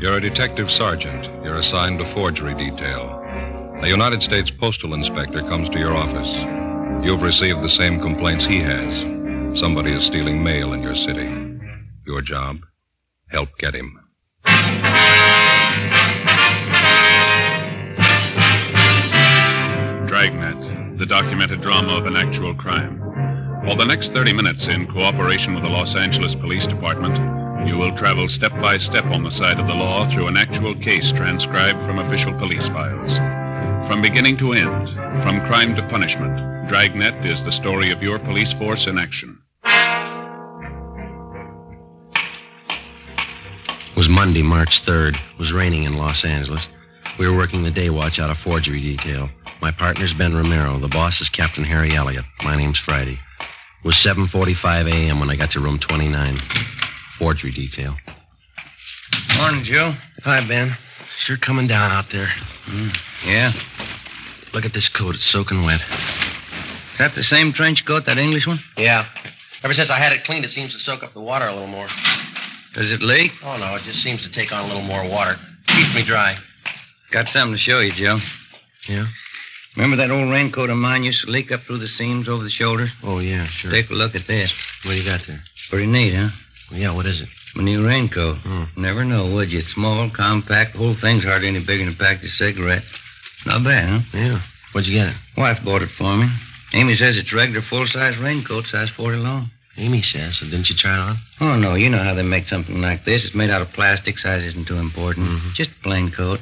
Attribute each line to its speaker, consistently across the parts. Speaker 1: You're a detective sergeant. You're assigned to forgery detail. A United States postal inspector comes to your office. You've received the same complaints he has. Somebody is stealing mail in your city. Your job? Help get him.
Speaker 2: Dragnet, the documented drama of an actual crime. For the next 30 minutes, in cooperation with the Los Angeles Police Department, you will travel step by step on the side of the law through an actual case transcribed from official police files. From beginning to end, from crime to punishment, Dragnet is the story of your police force in action.
Speaker 3: It was Monday, March 3rd. It was raining in Los Angeles. We were working the day watch out of forgery detail. My partner's Ben Romero. The boss is Captain Harry Elliott. My name's Friday. It was 7.45 a.m. when I got to room 29. Forgery detail.
Speaker 4: Morning, Joe.
Speaker 3: Hi, Ben. Sure coming down out there.
Speaker 4: Mm. Yeah.
Speaker 3: Look at this coat. It's soaking wet.
Speaker 4: Is that the same trench coat, that English one?
Speaker 3: Yeah. Ever since I had it cleaned, it seems to soak up the water a little more.
Speaker 4: Does it leak?
Speaker 3: Oh, no. It just seems to take on a little more water. Keeps me dry.
Speaker 4: Got something to show you, Joe.
Speaker 3: Yeah?
Speaker 4: Remember that old raincoat of mine used to leak up through the seams over the shoulder?
Speaker 3: Oh, yeah, sure.
Speaker 4: Take a look at this.
Speaker 3: What do you got there?
Speaker 4: Pretty neat, huh?
Speaker 3: Well, yeah, what is it?
Speaker 4: My new raincoat.
Speaker 3: Hmm.
Speaker 4: Never know, would you? It's small, compact. The whole thing's hardly any bigger than a package of cigarettes. Not bad, huh?
Speaker 3: Yeah. Where'd you get it?
Speaker 4: Wife bought it for me. Amy says it's regular full-size raincoat, size 40 long.
Speaker 3: Amy says. So didn't you try it on?
Speaker 4: Oh, no, you know how they make something like this. It's made out of plastic. Size isn't too important.
Speaker 3: Mhm.
Speaker 4: Just a plain coat.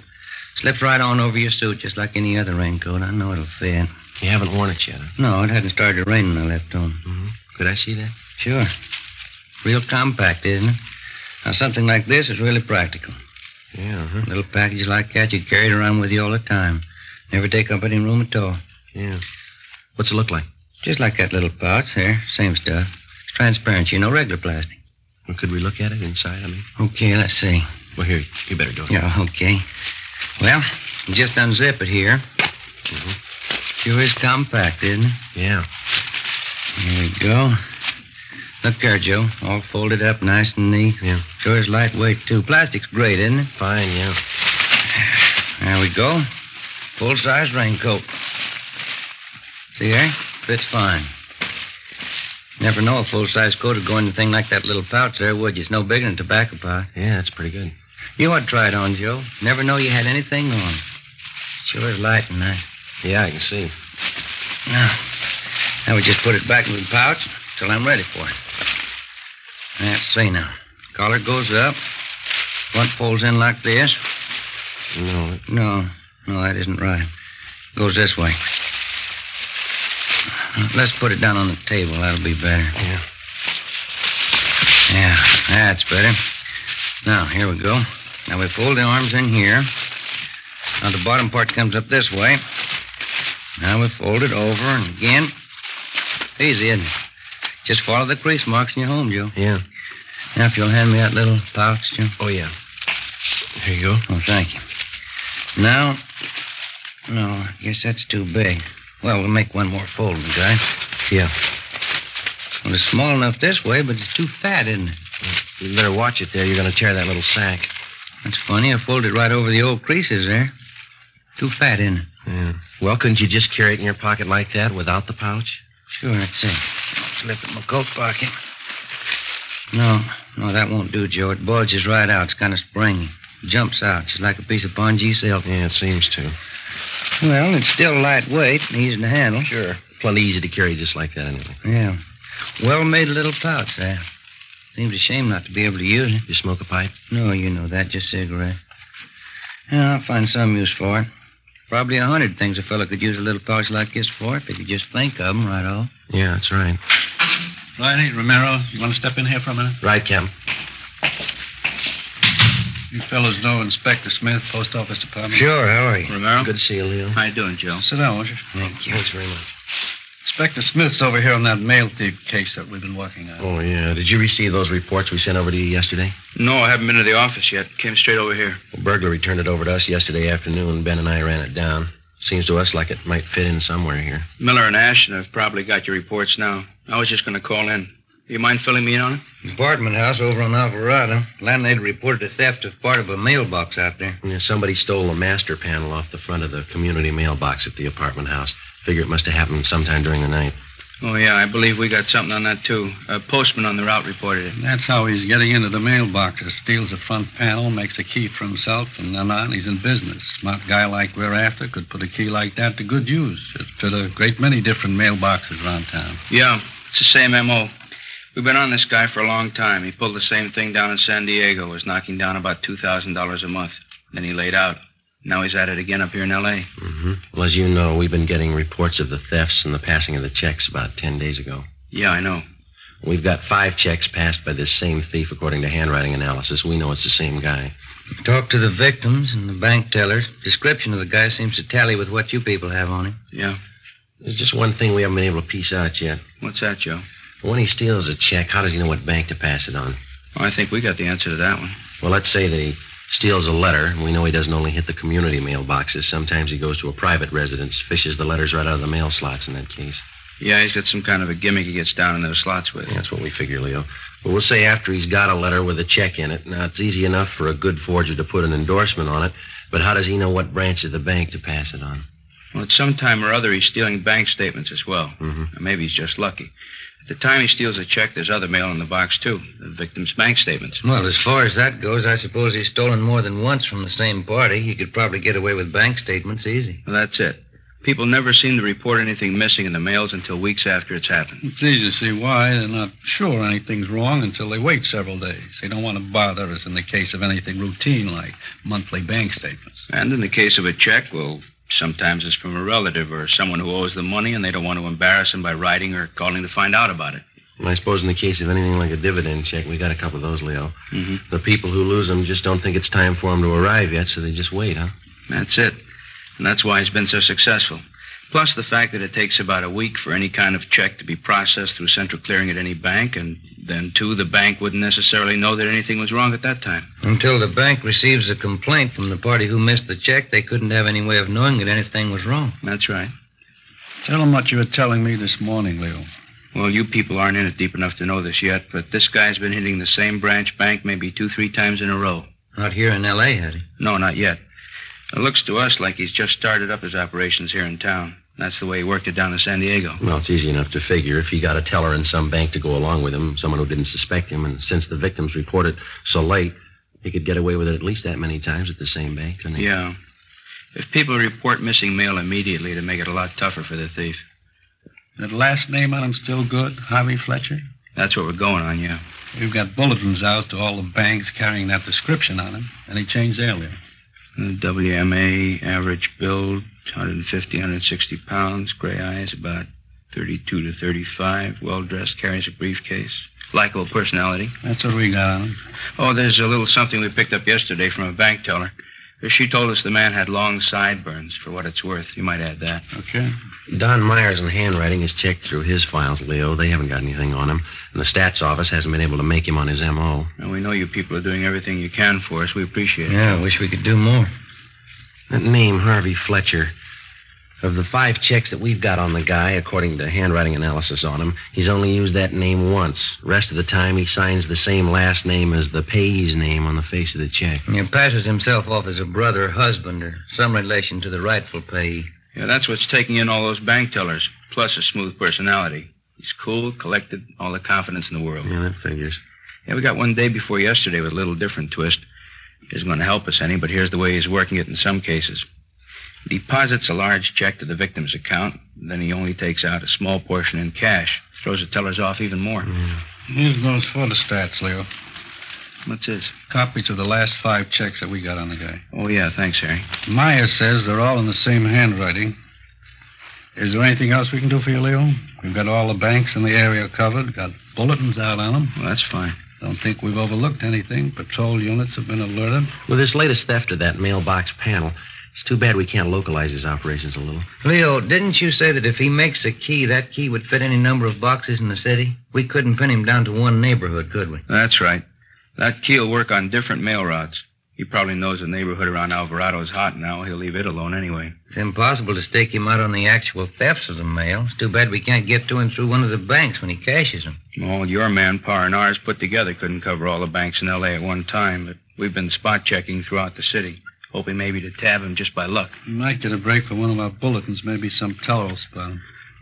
Speaker 4: Slips right on over your suit, just like any other raincoat. I know it'll fit.
Speaker 3: You haven't worn it yet, huh?
Speaker 4: No, it hadn't started raining when I left home.
Speaker 3: Mm-hmm. Could I see that?
Speaker 4: Sure. Real compact, isn't it? Now, something like this is really practical.
Speaker 3: Yeah, uh-huh.
Speaker 4: A little package like that you carry it around with you all the time. Never take up any room at all.
Speaker 3: Yeah. What's it look like?
Speaker 4: Just like that little pouch there. Same stuff. It's transparent, you know, regular plastic.
Speaker 3: Well, could we look at it inside? I mean,
Speaker 4: Okay, let's see.
Speaker 3: well, here, you better do it.
Speaker 4: Yeah, okay. Well, you just unzip it here. Sure is compact, isn't it?
Speaker 3: Yeah.
Speaker 4: Here we go. Look there, Joe. All folded up nice and neat.
Speaker 3: Yeah.
Speaker 4: Sure is lightweight, too. Plastic's great, isn't it?
Speaker 3: Fine, yeah.
Speaker 4: There we go. Full size raincoat. See here? Fits fine. Never know a full size coat would go in a thing like that little pouch there, would you? It's no bigger than a tobacco pouch.
Speaker 3: Yeah, that's pretty good.
Speaker 4: You ought to try it on, Joe. Never know you had anything on. Sure is light and nice.
Speaker 3: Yeah, I can see.
Speaker 4: Now, now we just put it back into the pouch till I'm ready for it. Let's see now. Collar goes up. Front folds in like this.
Speaker 3: No, it-
Speaker 4: No, no, that isn't right. Goes this way. Let's put it down on the table. That'll be better.
Speaker 3: yeah.
Speaker 4: Yeah, that's better. Now, here we go. Now we fold the arms in here. Now the bottom part comes up this way. Now we fold it over and again. Easy, isn't it? Just follow the crease marks and you're home, Joe.
Speaker 3: Yeah.
Speaker 4: Now, if you'll hand me that little pouch, Joe.
Speaker 3: Oh, yeah. Here you go.
Speaker 4: Oh, thank you. Now, no, I guess that's too big. Well, we'll make one more fold, guy.
Speaker 3: Yeah.
Speaker 4: Well, it's small enough this way, but it's too fat, isn't it?
Speaker 3: You better watch it there. You're going to tear that little sack.
Speaker 4: That's funny. I folded it right over the old creases there. Too fat, isn't it?
Speaker 3: Yeah. Well, couldn't you just carry it in your pocket like that without the pouch?
Speaker 4: Sure, that's it. I'll slip it in my coat pocket. No, no, that won't do, Joe. It bulges right out. It's kind of springy. Jumps out. It's like a piece of bungee silk.
Speaker 3: Yeah, it seems to.
Speaker 4: Well, it's still lightweight and easy to handle.
Speaker 3: Sure. Plenty easy to carry just like that, anyway.
Speaker 4: Yeah. Well made little pouch there. Seems a shame not to be able to use it.
Speaker 3: You smoke a pipe?
Speaker 4: No, you know that. Just cigarette. Yeah, I'll find some use for it. Probably a hundred things a fellow could use a little pouch like this for if he could just think of 'em right off.
Speaker 3: Yeah, that's right.
Speaker 2: Riley, eh, Romero, you want to step in here for a minute?
Speaker 3: Right, Captain.
Speaker 2: You fellows know Inspector Smith, Post Office Department.
Speaker 4: Sure, how are you?
Speaker 2: Romero?
Speaker 3: Good to see you, Leo.
Speaker 2: How you doing, Joe? Sit down, won't you?
Speaker 3: Thank you. Thanks very much.
Speaker 2: Inspector Smith's over here on that mail thief case that we've been working on.
Speaker 3: Oh, yeah. Did you receive those reports we sent over to you yesterday?
Speaker 5: No, I haven't been to the office yet. Came straight over here.
Speaker 3: Well, burglary turned it over to us yesterday afternoon. Ben and I ran it down. Seems to us like it might fit in somewhere here.
Speaker 5: Miller and Ashton have probably got your reports now. I was just going to call in. You mind filling me in on it?
Speaker 4: Apartment house over on Alvarado. Landlady reported the theft of part of a mailbox out there.
Speaker 3: Yeah, somebody stole the master panel off the front of the community mailbox at the apartment house. Figure it must have happened sometime during the night.
Speaker 5: Oh, yeah, I believe we got something on that, too. A postman on the route reported it.
Speaker 2: That's how he's getting into the mailboxes. Steals the front panel, makes a key for himself, and then on he's in business. Smart guy like we're after could put a key like that to good use. It'd fit a great many different mailboxes around town.
Speaker 5: Yeah, it's the same M.O. We've been on this guy for a long time. He pulled the same thing down in San Diego, was knocking down about $2,000 a month. Then he laid out. Now he's at it again up here in L.A.
Speaker 3: Mm-hmm. Well, as you know, we've been getting reports of the thefts and the passing of the checks about ten days ago.
Speaker 5: Yeah, I know.
Speaker 3: We've got five checks passed by this same thief, according to handwriting analysis. We know it's the same guy.
Speaker 4: Talked to the victims and the bank tellers. Description of the guy seems to tally with what you people have on him.
Speaker 5: Yeah.
Speaker 3: There's just one thing we haven't been able to piece out yet.
Speaker 5: What's that, Joe?
Speaker 3: When he steals a check, how does he know what bank to pass it on?
Speaker 5: Well, I think we got the answer to that one.
Speaker 3: Well, let's say that he steals a letter. We know he doesn't only hit the community mailboxes. Sometimes he goes to a private residence, fishes the letters right out of the mail slots in that case.
Speaker 5: Yeah, he's got some kind of a gimmick he gets down in those slots with.
Speaker 3: That's what we figure, Leo. But we'll say after he's got a letter with a check in it. Now, it's easy enough for a good forger to put an endorsement on it, but how does he know what branch of the bank to pass it on?
Speaker 5: Well, at some time or other, he's stealing bank statements as well.
Speaker 3: Mhm.
Speaker 2: Mm-hmm.
Speaker 5: Or maybe he's just lucky. At the time he steals a check, there's other mail in the box, too. The victim's bank statements.
Speaker 4: Well, as far as that goes, I suppose he's stolen more than once from the same party. He could probably get away with bank statements easy.
Speaker 5: Well, that's it. People never seem to report anything missing in the mails until weeks after it's happened.
Speaker 2: It's easy to see why. They're not sure anything's wrong until they wait several days. They don't want to bother us in the case of anything routine like monthly bank statements.
Speaker 5: And in the case of a check, well, sometimes it's from a relative or someone who owes them money, and they don't want to embarrass him by writing or calling to find out about it.
Speaker 3: And I suppose in the case of anything like a dividend check, we got a couple of those, Leo.
Speaker 5: Mhm.
Speaker 3: The people who lose them just don't think it's time for them to arrive yet, so they just wait, huh?
Speaker 5: That's it. And that's why he's been so successful. Plus the fact that it takes about a week for any kind of check to be processed through central clearing at any bank, and then, too, the bank wouldn't necessarily know that anything was wrong at that time.
Speaker 4: Until the bank receives a complaint from the party who missed the check, they couldn't have any way of knowing that anything was wrong.
Speaker 5: That's right.
Speaker 2: Tell them what you were telling me this morning, Leo.
Speaker 5: Well, you people aren't in it deep enough to know this yet, but this guy's been hitting the same branch bank maybe two, three times in a row.
Speaker 4: Not here in L.A., had he?
Speaker 5: No, not yet. It looks to us like he's just started up his operations here in town. That's the way he worked it down in San Diego.
Speaker 3: Well, it's easy enough to figure if he got a teller in some bank to go along with him, someone who didn't suspect him, and since the victims reported so late, he could get away with it at least that many times at the same bank, couldn't he?
Speaker 5: Yeah. If people report missing mail immediately to make it a lot tougher for the thief.
Speaker 2: That last name on him still good, Harvey Fletcher?
Speaker 5: That's what we're going on, yeah.
Speaker 2: We've got bulletins out to all the banks carrying that description on him, and he changed earlier.
Speaker 5: WMA, average build, 150, 160 pounds, gray eyes, about 32 to 35, well dressed, carries a briefcase, likable personality.
Speaker 2: That's what we got on him.
Speaker 5: Oh, there's a little something we picked up yesterday from a bank teller. She told us the man had long sideburns, for what it's worth. You might add that.
Speaker 2: Okay.
Speaker 3: Don Myers in handwriting has checked through his files, Leo. They haven't got anything on him, and the stats office hasn't been able to make him on his M.O.
Speaker 5: And we know you people are doing everything you can for us. We appreciate it.
Speaker 4: Yeah, I wish we could do more.
Speaker 3: That name, Harvey Fletcher. Of the five checks that we've got on the guy, according to handwriting analysis on him, he's only used that name once. Rest of the time, he signs the same last name as the payee's name on the face of the check.
Speaker 4: He passes himself off as a brother, husband, or some relation to the rightful payee.
Speaker 5: Yeah, that's what's taking in all those bank tellers, plus a smooth personality. He's cool, collected, all the confidence in the world.
Speaker 3: Yeah, that figures.
Speaker 5: Yeah, we got one day before yesterday with a little different twist. Isn't going to help us any, but here's the way he's working it in some cases. He deposits a large check to the victim's account, then he only takes out a small portion in cash. Throws the tellers off even more.
Speaker 6: Here's those photostats, Leo.
Speaker 5: What's this?
Speaker 6: Copies of the last five checks that we got on the guy.
Speaker 5: Oh, yeah, thanks, Harry.
Speaker 6: Maya says they're all in the same handwriting. Is there anything else we can do for you, Leo? We've got all the banks in the area covered, got bulletins out on them.
Speaker 5: Well, that's fine.
Speaker 6: Don't think we've overlooked anything. Patrol units have been alerted.
Speaker 3: With this latest theft of that mailbox panel, it's too bad we can't localize his operations a little.
Speaker 4: Leo, didn't you say that if he makes a key, that key would fit any number of boxes in the city? We couldn't pin him down to one neighborhood, could we?
Speaker 5: That's right. That key'll work on different mail routes. He probably knows the neighborhood around Alvarado is hot now. He'll leave it alone anyway.
Speaker 4: It's impossible to stake him out on the actual thefts of the mail. It's too bad we can't get to him through one of the banks when he cashes them.
Speaker 5: All your manpower and ours put together couldn't cover all the banks in L.A. at one time, but we've been spot checking throughout the city, hoping maybe to tab him just by luck.
Speaker 6: We might get a break for one of our bulletins, maybe some teller will spell.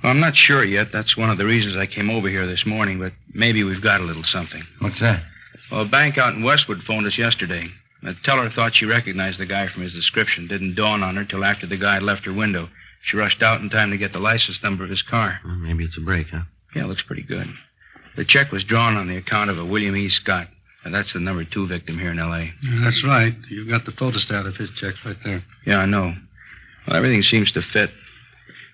Speaker 5: Well, I'm not sure yet. That's one of the reasons I came over here this morning, but maybe we've got a little something.
Speaker 4: What's that?
Speaker 5: Well, a bank out in Westwood phoned us yesterday. The teller thought she recognized the guy from his description. Didn't dawn on her till after the guy left her window. She rushed out in time to get the license number of his car.
Speaker 3: Well, maybe it's a break, huh?
Speaker 5: Yeah, looks pretty good. The check was drawn on the account of a William E. Scott. And that's the number two victim here in L.A.
Speaker 6: that's right. You've got the photostat of his checks right there.
Speaker 5: Yeah, I know. Well, everything seems to fit.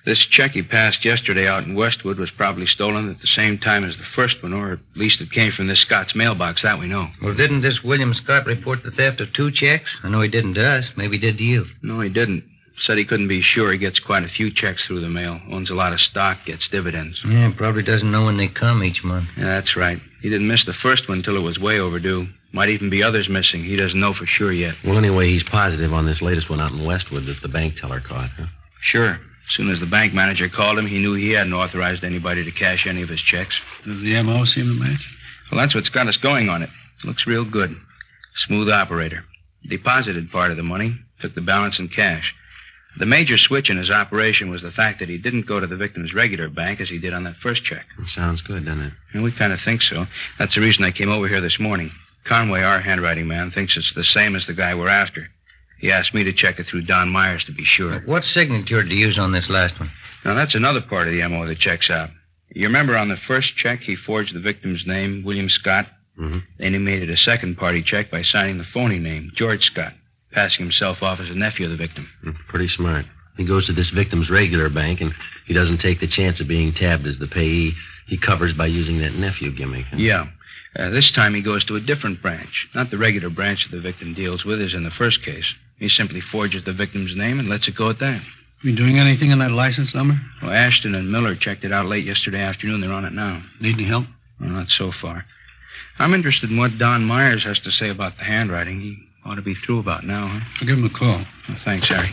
Speaker 5: This check he passed yesterday out in Westwood was probably stolen at the same time as the first one, or at least it came from this Scott's mailbox. That we know.
Speaker 4: Well, didn't this William Scott report the theft of two checks? I know he didn't to us. Maybe he did to you.
Speaker 5: No, he didn't. Said he couldn't be sure. He gets quite a few checks through the mail. Owns a lot of stock. Gets dividends.
Speaker 4: Yeah, probably doesn't know when they come each month.
Speaker 5: Yeah, that's right. He didn't miss the first one till it was way overdue. Might even be others missing. He doesn't know for sure yet.
Speaker 3: Well, anyway, he's positive on this latest one out in Westwood that the bank teller caught, huh?
Speaker 5: Sure. As soon as the bank manager called him, he knew he hadn't authorized anybody to cash any of his checks.
Speaker 6: Does the M.O. seem to match?
Speaker 5: Well, that's what's got us going on it. Looks real good. Smooth operator. Deposited part of the money, took the balance in cash. The major switch in his operation was the fact that he didn't go to the victim's regular bank as he did on that first check.
Speaker 3: It sounds good, doesn't it?
Speaker 5: And we kind of think so. That's the reason I came over here this morning. Conway, our handwriting man, thinks it's the same as the guy we're after. He asked me to check it through Don Myers to be sure.
Speaker 4: What signature did you use on this last one?
Speaker 5: Now, that's another part of the MO that checks out. You remember on the first check, he forged the victim's name, William Scott?
Speaker 3: Mhm.
Speaker 5: Then he made it a second party check by signing the phony name, George Scott, passing himself off as a nephew of the victim.
Speaker 3: Mm, Pretty smart. He goes to this victim's regular bank, and he doesn't take the chance of being tabbed as the payee. He covers by using that nephew gimmick. huh?
Speaker 5: Yeah. Uh, this time he goes to a different branch, not the regular branch that the victim deals with as in the first case. He simply forges the victim's name and lets it go at that.
Speaker 6: We doing anything on that license number?
Speaker 5: Well, Ashton and Miller checked it out late yesterday afternoon. They're on it now.
Speaker 6: Need any help?
Speaker 5: Well, not so far. I'm interested in what Don Myers has to say about the handwriting. He ought to be through about now, huh?
Speaker 6: I'll give him a call.
Speaker 5: Well, thanks, Harry.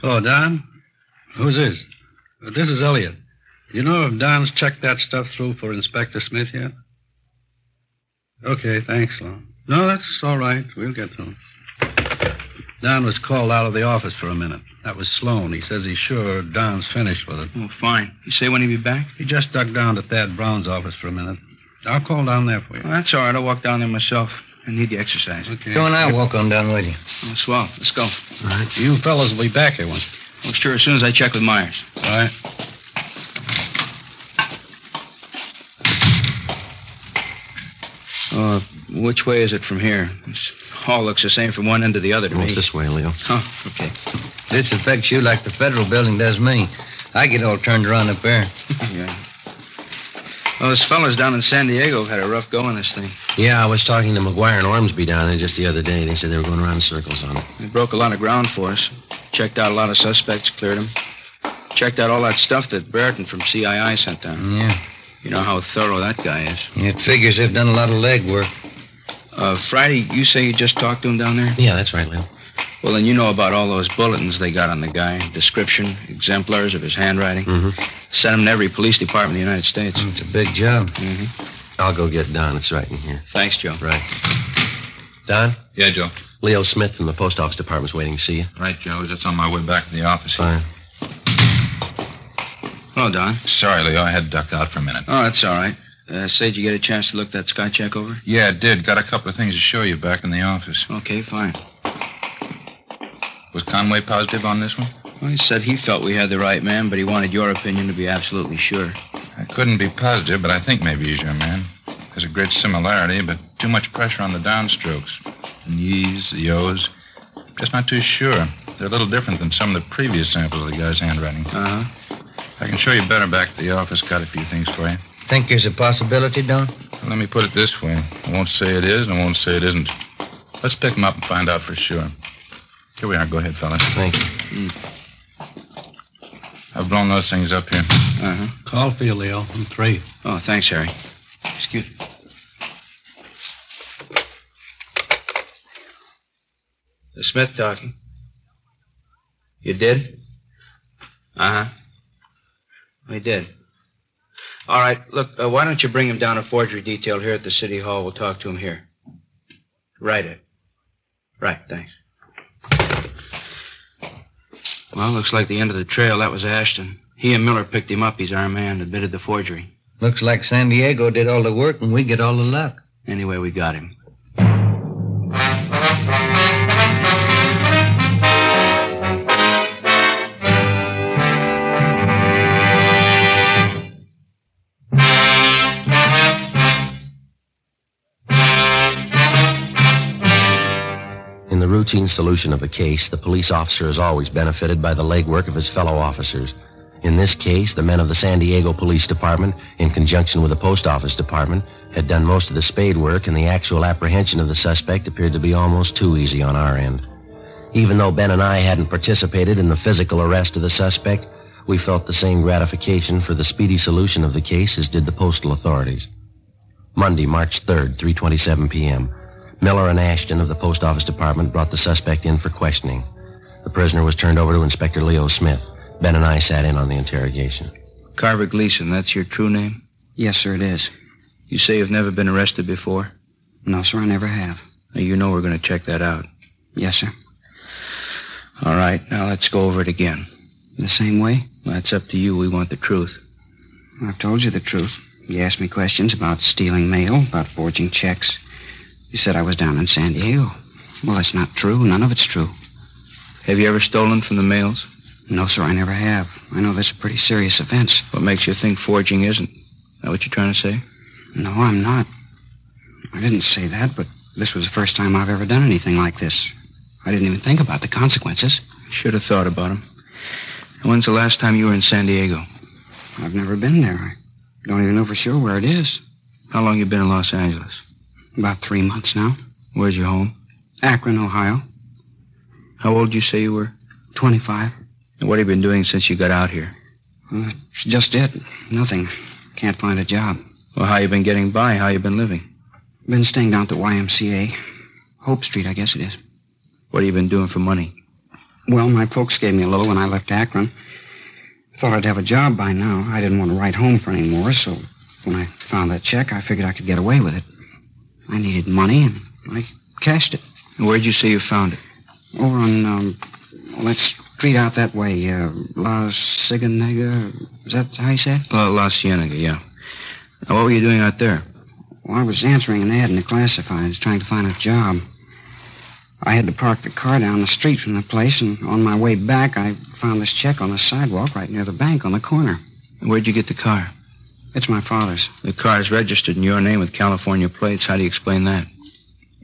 Speaker 6: Hello, Don. Who's this? Uh, This is Elliot. You know if Don's checked that stuff through for Inspector Smith yet? Okay, thanks, Lon. No, that's all right. We'll get to him. Don was called out of the office for a minute. That was Sloan. He says he's sure Don's finished with it.
Speaker 5: Oh, fine. You say when he'll be back?
Speaker 6: He just ducked down to Thad Brown's office for a minute. I'll call down there for you.
Speaker 5: Well, that's all right. I'll walk down there myself. I need the exercise.
Speaker 6: Okay.
Speaker 4: Go and I'll walk on down with you.
Speaker 5: Oh, swell. Let's go.
Speaker 6: You fellas will be back here once.
Speaker 5: Well, sure, as soon as I check with Myers.
Speaker 6: All right.
Speaker 5: Uh, which way is it from here? This hall looks the same from one end to the other to
Speaker 3: Oh,
Speaker 5: me.
Speaker 3: it's this way, Leo.
Speaker 5: Oh, okay.
Speaker 4: This affects you like the federal building does me. I get all turned around up there.
Speaker 5: yeah. Well, those fellas down in San Diego have had a rough go on this thing.
Speaker 3: Yeah, I was talking to McGuire and Ormsby down there just the other day. They said they were going around in circles on it.
Speaker 5: They broke a lot of ground for us. Checked out a lot of suspects, cleared them. Checked out all that stuff that Brereton from CII sent down.
Speaker 4: Yeah.
Speaker 5: You know how thorough that guy is.
Speaker 4: It figures they've done a lot of legwork.
Speaker 5: Uh, Friday, you say you just talked to him down there?
Speaker 3: Yeah, that's right, Leo.
Speaker 5: Well, then you know about all those bulletins they got on the guy. Description, exemplars of his handwriting.
Speaker 4: Mm-hmm.
Speaker 3: Mhm.
Speaker 5: Sent him to every police department in the United States.
Speaker 4: It's a big job.
Speaker 3: I'll go get Don. It's right in here.
Speaker 5: Thanks, Joe.
Speaker 3: Right. Don,
Speaker 1: Yeah, Joe.
Speaker 3: Leo Smith from the post office department's waiting to see you.
Speaker 1: Right, Joe. Just on my way back to the office.
Speaker 3: Fine.
Speaker 5: Hello, Don.
Speaker 7: Sorry, Leo. I had to duck out for a minute.
Speaker 5: Oh, that's all right. Uh, say, did you get a chance to look that sky check over?
Speaker 7: Yeah, I did. Got a couple of things to show you back in the office.
Speaker 5: Okay, fine.
Speaker 7: Was Conway positive on this one?
Speaker 5: Well, he said he felt we had the right man, but he wanted your opinion to be absolutely sure.
Speaker 7: I couldn't be positive, but I think maybe he's your man. There's a great similarity, but too much pressure on the downstrokes. The ye's, the o's. Just not too sure. They're a little different than some of the previous samples of the guy's handwriting.
Speaker 5: Uh huh.
Speaker 3: Uh-huh.
Speaker 7: I can show you better back at the office. Got a few things for you.
Speaker 4: Think there's a possibility, Don?
Speaker 7: Let me put it this way. I won't say it is, and I won't say it isn't. Let's pick 'em up and find out for sure. Here we are. Go ahead, fellas.
Speaker 3: Thank you.
Speaker 7: I've blown those things up here.
Speaker 5: Uh huh.
Speaker 6: Call for you, Leo. I'm three.
Speaker 5: Oh, thanks, Harry. Excuse me. The Smith talking. You did? Uh huh. We did. All right, look, uh, why don't you bring him down to forgery detail here at the City Hall? We'll talk to him here. Right, Ed. Right, thanks. Well, looks like the end of the trail. That was Ashton. He and Miller picked him up. He's our man, admitted the forgery.
Speaker 4: Looks like San Diego did all the work and we get all the luck.
Speaker 5: Anyway, we got him.
Speaker 3: In the routine solution of a case, the police officer is always benefited by the legwork of his fellow officers. In this case, the men of the San Diego Police Department, in conjunction with the Post Office Department, had done most of the spade work, and the actual apprehension of the suspect appeared to be almost too easy on our end. Even though Ben and I hadn't participated in the physical arrest of the suspect, we felt the same gratification for the speedy solution of the case as did the postal authorities. Monday, March 3rd, 3:27 p.m. Miller and Ashton of the Post Office Department brought the suspect in for questioning. The prisoner was turned over to Inspector Leo Smith. Ben and I sat in on the interrogation.
Speaker 5: Carver Gleason, that's your true name?
Speaker 8: Yes, sir, it is.
Speaker 5: You say you've never been arrested before?
Speaker 8: No, sir, I never have.
Speaker 5: Now, you know we're going to check that out.
Speaker 8: Yes, sir.
Speaker 5: All right, now let's go over it again.
Speaker 8: The same way?
Speaker 5: That's up to you. We want the truth.
Speaker 8: I've told you the truth. You asked me questions about stealing mail, about forging checks. You said I was down in San Diego. Well, that's not true. None of it's true.
Speaker 5: Have you ever stolen from the mails?
Speaker 8: No, sir, I never have. I know that's a pretty serious offense.
Speaker 5: What makes you think forging isn't? Is that what you're trying to say?
Speaker 8: No, I'm not. I didn't say that, but this was the first time I've ever done anything like this. I didn't even think about the consequences.
Speaker 5: Should have thought about him. When's the last time you were in San Diego?
Speaker 8: I've never been there. I don't even know for sure where it is.
Speaker 5: How long you been in Los Angeles?
Speaker 8: About three months now.
Speaker 5: Where's your home?
Speaker 8: Akron, Ohio.
Speaker 5: How old you say you were?
Speaker 8: 25.
Speaker 5: And what have you been doing since you got out here?
Speaker 8: Uh, it's just it. Nothing. Can't find a job.
Speaker 5: Well, how you been getting by? How you been living?
Speaker 8: Been staying down at the YMCA. Hope Street, I guess it is.
Speaker 5: What have you been doing for money?
Speaker 8: Well, my folks gave me a little when I left Akron. Thought I'd have a job by now. I didn't want to write home for any more, so when I found that check, I figured I could get away with it. I needed money, and I cashed it.
Speaker 5: And where'd you say you found it?
Speaker 8: Over on, um, well, that street out that way, uh, La Ciganega, is that how you say it?
Speaker 5: La, La Cienega, yeah. Now, what were you doing out there?
Speaker 8: Well, I was answering an ad in the classifieds, trying to find a job. I had to park the car down the street from the place, and on my way back, I found this check on the sidewalk right near the bank on the corner.
Speaker 5: And where'd you get the car?
Speaker 8: It's my father's.
Speaker 5: The car's registered in your name with California plates. How do you explain that?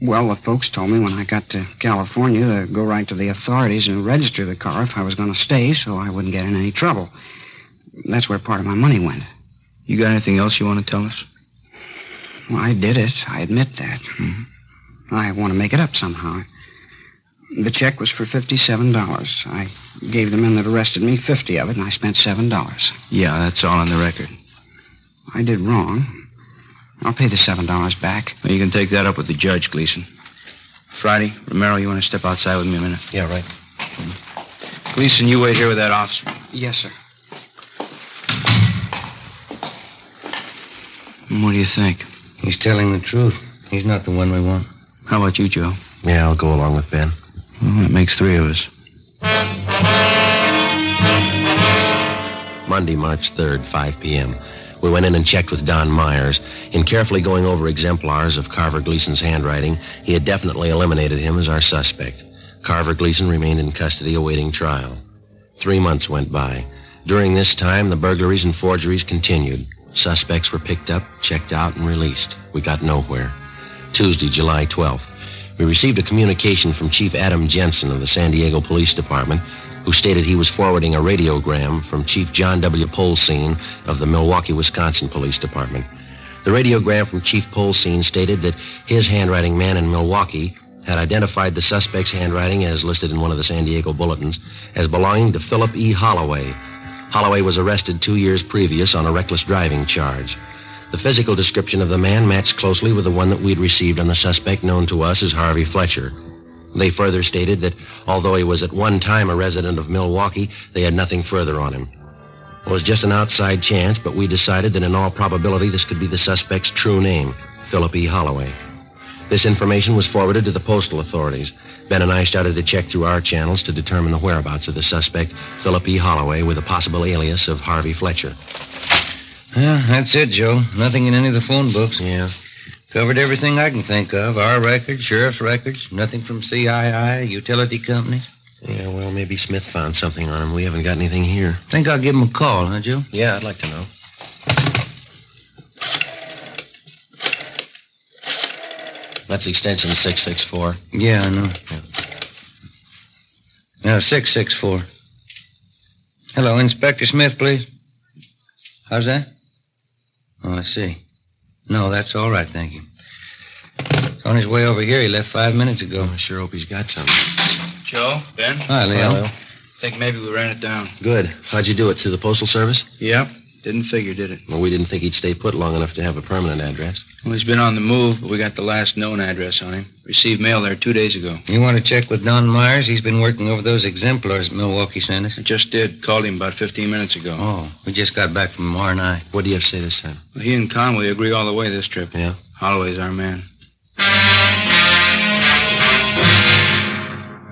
Speaker 8: Well, the folks told me when I got to California to go right to the authorities and register the car if I was going to stay so I wouldn't get in any trouble. That's where part of my money went.
Speaker 5: You got anything else you want to tell us?
Speaker 8: Well, I did it. I admit that. Mm-hmm. I want to make it up somehow. The check was for $57. I gave the men that arrested me 50 of it, and I spent $7.
Speaker 5: Yeah, that's all on the record.
Speaker 8: I did wrong. I'll pay the $7 back.
Speaker 5: Now, you can take that up with the judge, Gleason. Friday, Romero, you want to step outside with me a minute?
Speaker 3: Yeah, right.
Speaker 5: Gleason, you wait here with that officer.
Speaker 8: Yes, sir.
Speaker 5: And What do you think?
Speaker 4: He's telling the truth. He's not the one we want.
Speaker 5: How about you, Joe?
Speaker 3: Yeah, I'll go along with Ben.
Speaker 5: Well, that makes three of us.
Speaker 3: Monday, March 3rd, 5 p.m. We went in and checked with Don Myers. In carefully going over exemplars of Carver Gleason's handwriting, he had definitely eliminated him as our suspect. Carver Gleason remained in custody awaiting trial. Three months went by. During this time, the burglaries and forgeries continued. Suspects were picked up, checked out, and released. We got nowhere. Tuesday, July 12th. We received a communication from Chief Adam Jensen of the San Diego Police Department, who stated he was forwarding a radiogram from Chief John W. Polsine of the Milwaukee, Wisconsin Police Department. The radiogram from Chief Polsine stated that his handwriting man in Milwaukee had identified the suspect's handwriting as listed in one of the San Diego bulletins as belonging to Philip E. Holloway. Holloway was arrested two years previous on a reckless driving charge. The physical description of the man matched closely with the one that we'd received on the suspect known to us as Harvey Fletcher. They further stated that although he was at one time a resident of Milwaukee, they had nothing further on him. It was just an outside chance, but we decided that in all probability this could be the suspect's true name, Philip E. Holloway. This information was forwarded to the postal authorities. Ben and I started to check through our channels to determine the whereabouts of the suspect, Philip E. Holloway, with a possible alias of Harvey Fletcher.
Speaker 4: Yeah, that's it, Joe. Nothing in any of the phone books. Yeah. Covered everything I can think of. Our records, sheriff's records, nothing from CII, utility companies.
Speaker 3: Yeah, well, maybe Smith found something on him. We haven't got anything here.
Speaker 4: Think I'll give him a call, huh, Joe?
Speaker 3: Yeah, I'd like to know. That's extension 664.
Speaker 4: Yeah, I know. Yeah, 664. Hello, Inspector Smith, please. How's that? Oh, I see. No, that's all right, thank you. It's on his way over here. He left five minutes ago.
Speaker 3: I sure hope he's got something.
Speaker 5: Joe, Ben,
Speaker 4: Hi, Leo.
Speaker 3: Well,
Speaker 5: think maybe we ran it down.
Speaker 3: good. How'd you do it? Through the Postal Service?
Speaker 5: Yep. Didn't figure, did it?
Speaker 3: Well, we didn't think he'd stay put long enough to have a permanent address.
Speaker 5: Well, he's been on the move, but we got the last known address on him. Received mail there two days ago.
Speaker 4: You want to check with Don Myers? He's been working over those exemplars Milwaukee sent us.
Speaker 5: I just did. Called him about 15 minutes ago.
Speaker 4: Oh, we just got back from R&I.
Speaker 3: What do you have to say this time?
Speaker 5: Well, He and Conway agree all the way this trip.
Speaker 3: Yeah?
Speaker 5: Holloway's our man.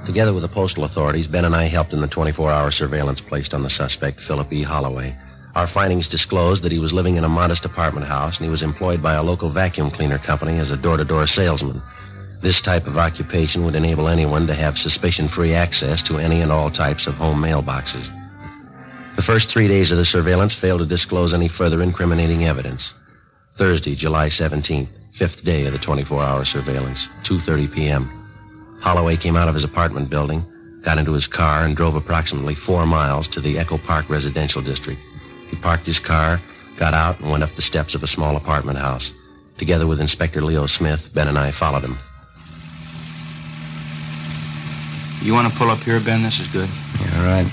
Speaker 3: Together with the postal authorities, Ben and I helped in the 24 hour surveillance placed on the suspect, Philip E. Holloway. Our findings disclosed that he was living in a modest apartment house and he was employed by a local vacuum cleaner company as a door to door salesman. This type of occupation would enable anyone to have suspicion free access to any and all types of home mailboxes. The first three days of the surveillance failed to disclose any further incriminating evidence. Thursday, July 17th, fifth day of the 24 hour surveillance, 2.30 p.m. Holloway came out of his apartment building, got into his car, and drove approximately four miles to the Echo Park residential district. He parked his car, got out, and went up the steps of a small apartment house. Together with Inspector Leo Smith, Ben and I followed him.
Speaker 5: You want to pull up here, Ben? This is good.
Speaker 4: All right.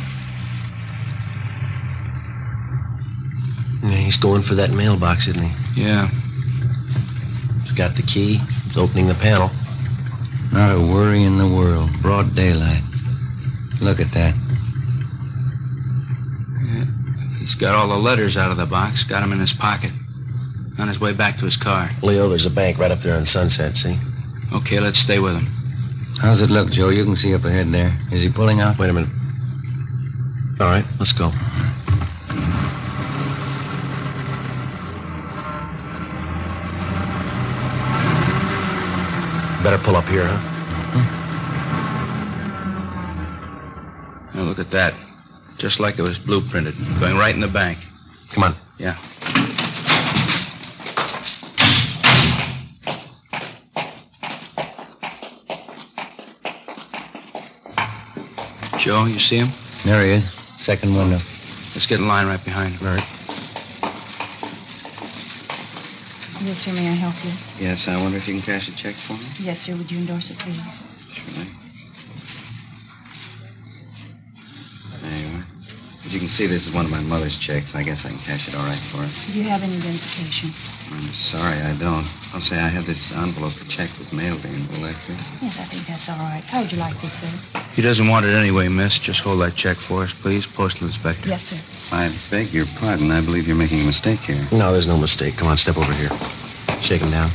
Speaker 3: Yeah, he's going for that mailbox, isn't he?
Speaker 5: Yeah.
Speaker 3: He's got the key. He's opening the panel.
Speaker 4: Not a worry in the world. Broad daylight. Look at that.
Speaker 5: He's got all the letters out of the box, got them in his pocket. On his way back to his car.
Speaker 3: Leo, there's a bank right up there on Sunset, see?
Speaker 5: Okay, let's stay with him.
Speaker 4: How's it look, Joe? You can see up ahead there. Is he pulling out?
Speaker 3: Wait a minute. All right, let's go. Better pull up here, huh?
Speaker 5: Now look at that. Just like it was blueprinted. Going right in the bank.
Speaker 3: Come on.
Speaker 5: Yeah. Joe, you see him?
Speaker 4: There he is. Second window.
Speaker 5: Let's get in line right behind him.
Speaker 9: Yes, sir. May I help you?
Speaker 4: Yes, I wonder if you can cash a check for me.
Speaker 9: Yes, sir. Would you endorse it, please?
Speaker 4: Surely. There you are. As you can see, this is one of my mother's checks. I guess I can cash it all right for her.
Speaker 9: Do you have any identification?
Speaker 4: I'm sorry I don't. I'll say I have this envelope checked with mail being collected.
Speaker 9: Yes, I think that's all right. How would you like this, sir?
Speaker 5: He doesn't want it anyway, miss. Just hold that check for us, please, postal inspector.
Speaker 9: Yes, sir.
Speaker 4: I beg your pardon. I believe you're making a mistake here.
Speaker 3: No, there's no mistake. Come on, step over here. Shake him down.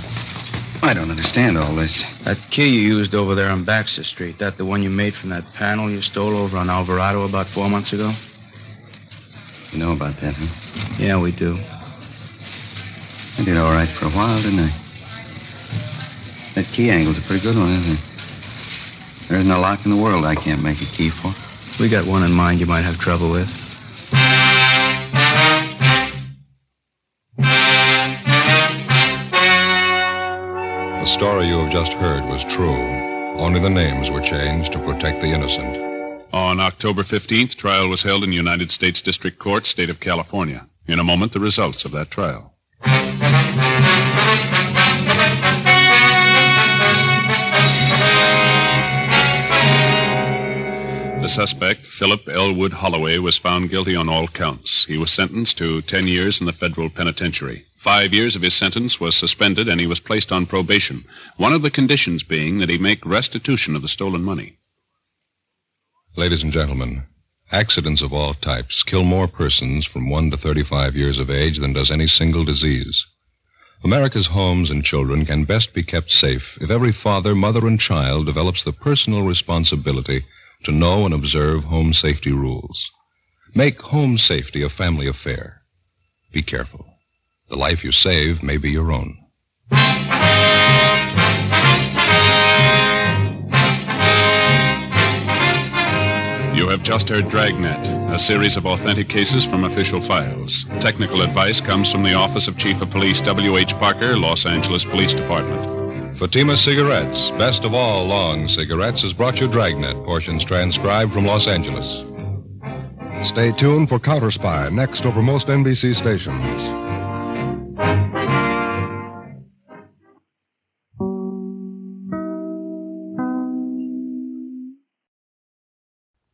Speaker 4: I don't understand all this.
Speaker 5: That key you used over there on Baxter Street, that the one you made from that panel you stole over on Alvarado about four months ago?
Speaker 4: You know about that, huh?
Speaker 5: Yeah, we do.
Speaker 4: I did all right for a while, didn't I? That key angle's a pretty good one, isn't it? There isn't a lock in the world I can't make a key for.
Speaker 5: We got one in mind you might have trouble with.
Speaker 1: The story you have just heard was true. Only the names were changed to protect the innocent.
Speaker 2: On October 15th, trial was held in United States District Court, State of California. In a moment, the results of that trial. The suspect, Philip Elwood Holloway, was found guilty on all counts. He was sentenced to 10 years in the federal penitentiary. Five years of his sentence was suspended and he was placed on probation, one of the conditions being that he make restitution of the stolen money.
Speaker 1: Ladies and gentlemen, accidents of all types kill more persons from 1 to 35 years of age than does any single disease. America's homes and children can best be kept safe if every father, mother, and child develops the personal responsibility to know and observe home safety rules. Make home safety a family affair. Be careful. The life you save may be your own.
Speaker 2: You have just heard Dragnet, a series of authentic cases from official files. Technical advice comes from the Office of Chief of Police W.H. Parker, Los Angeles Police Department.
Speaker 1: Fatima Cigarettes, best of all long cigarettes, has brought you Dragnet, portions transcribed from Los Angeles.
Speaker 10: Stay tuned for Counter Spy next over most NBC stations.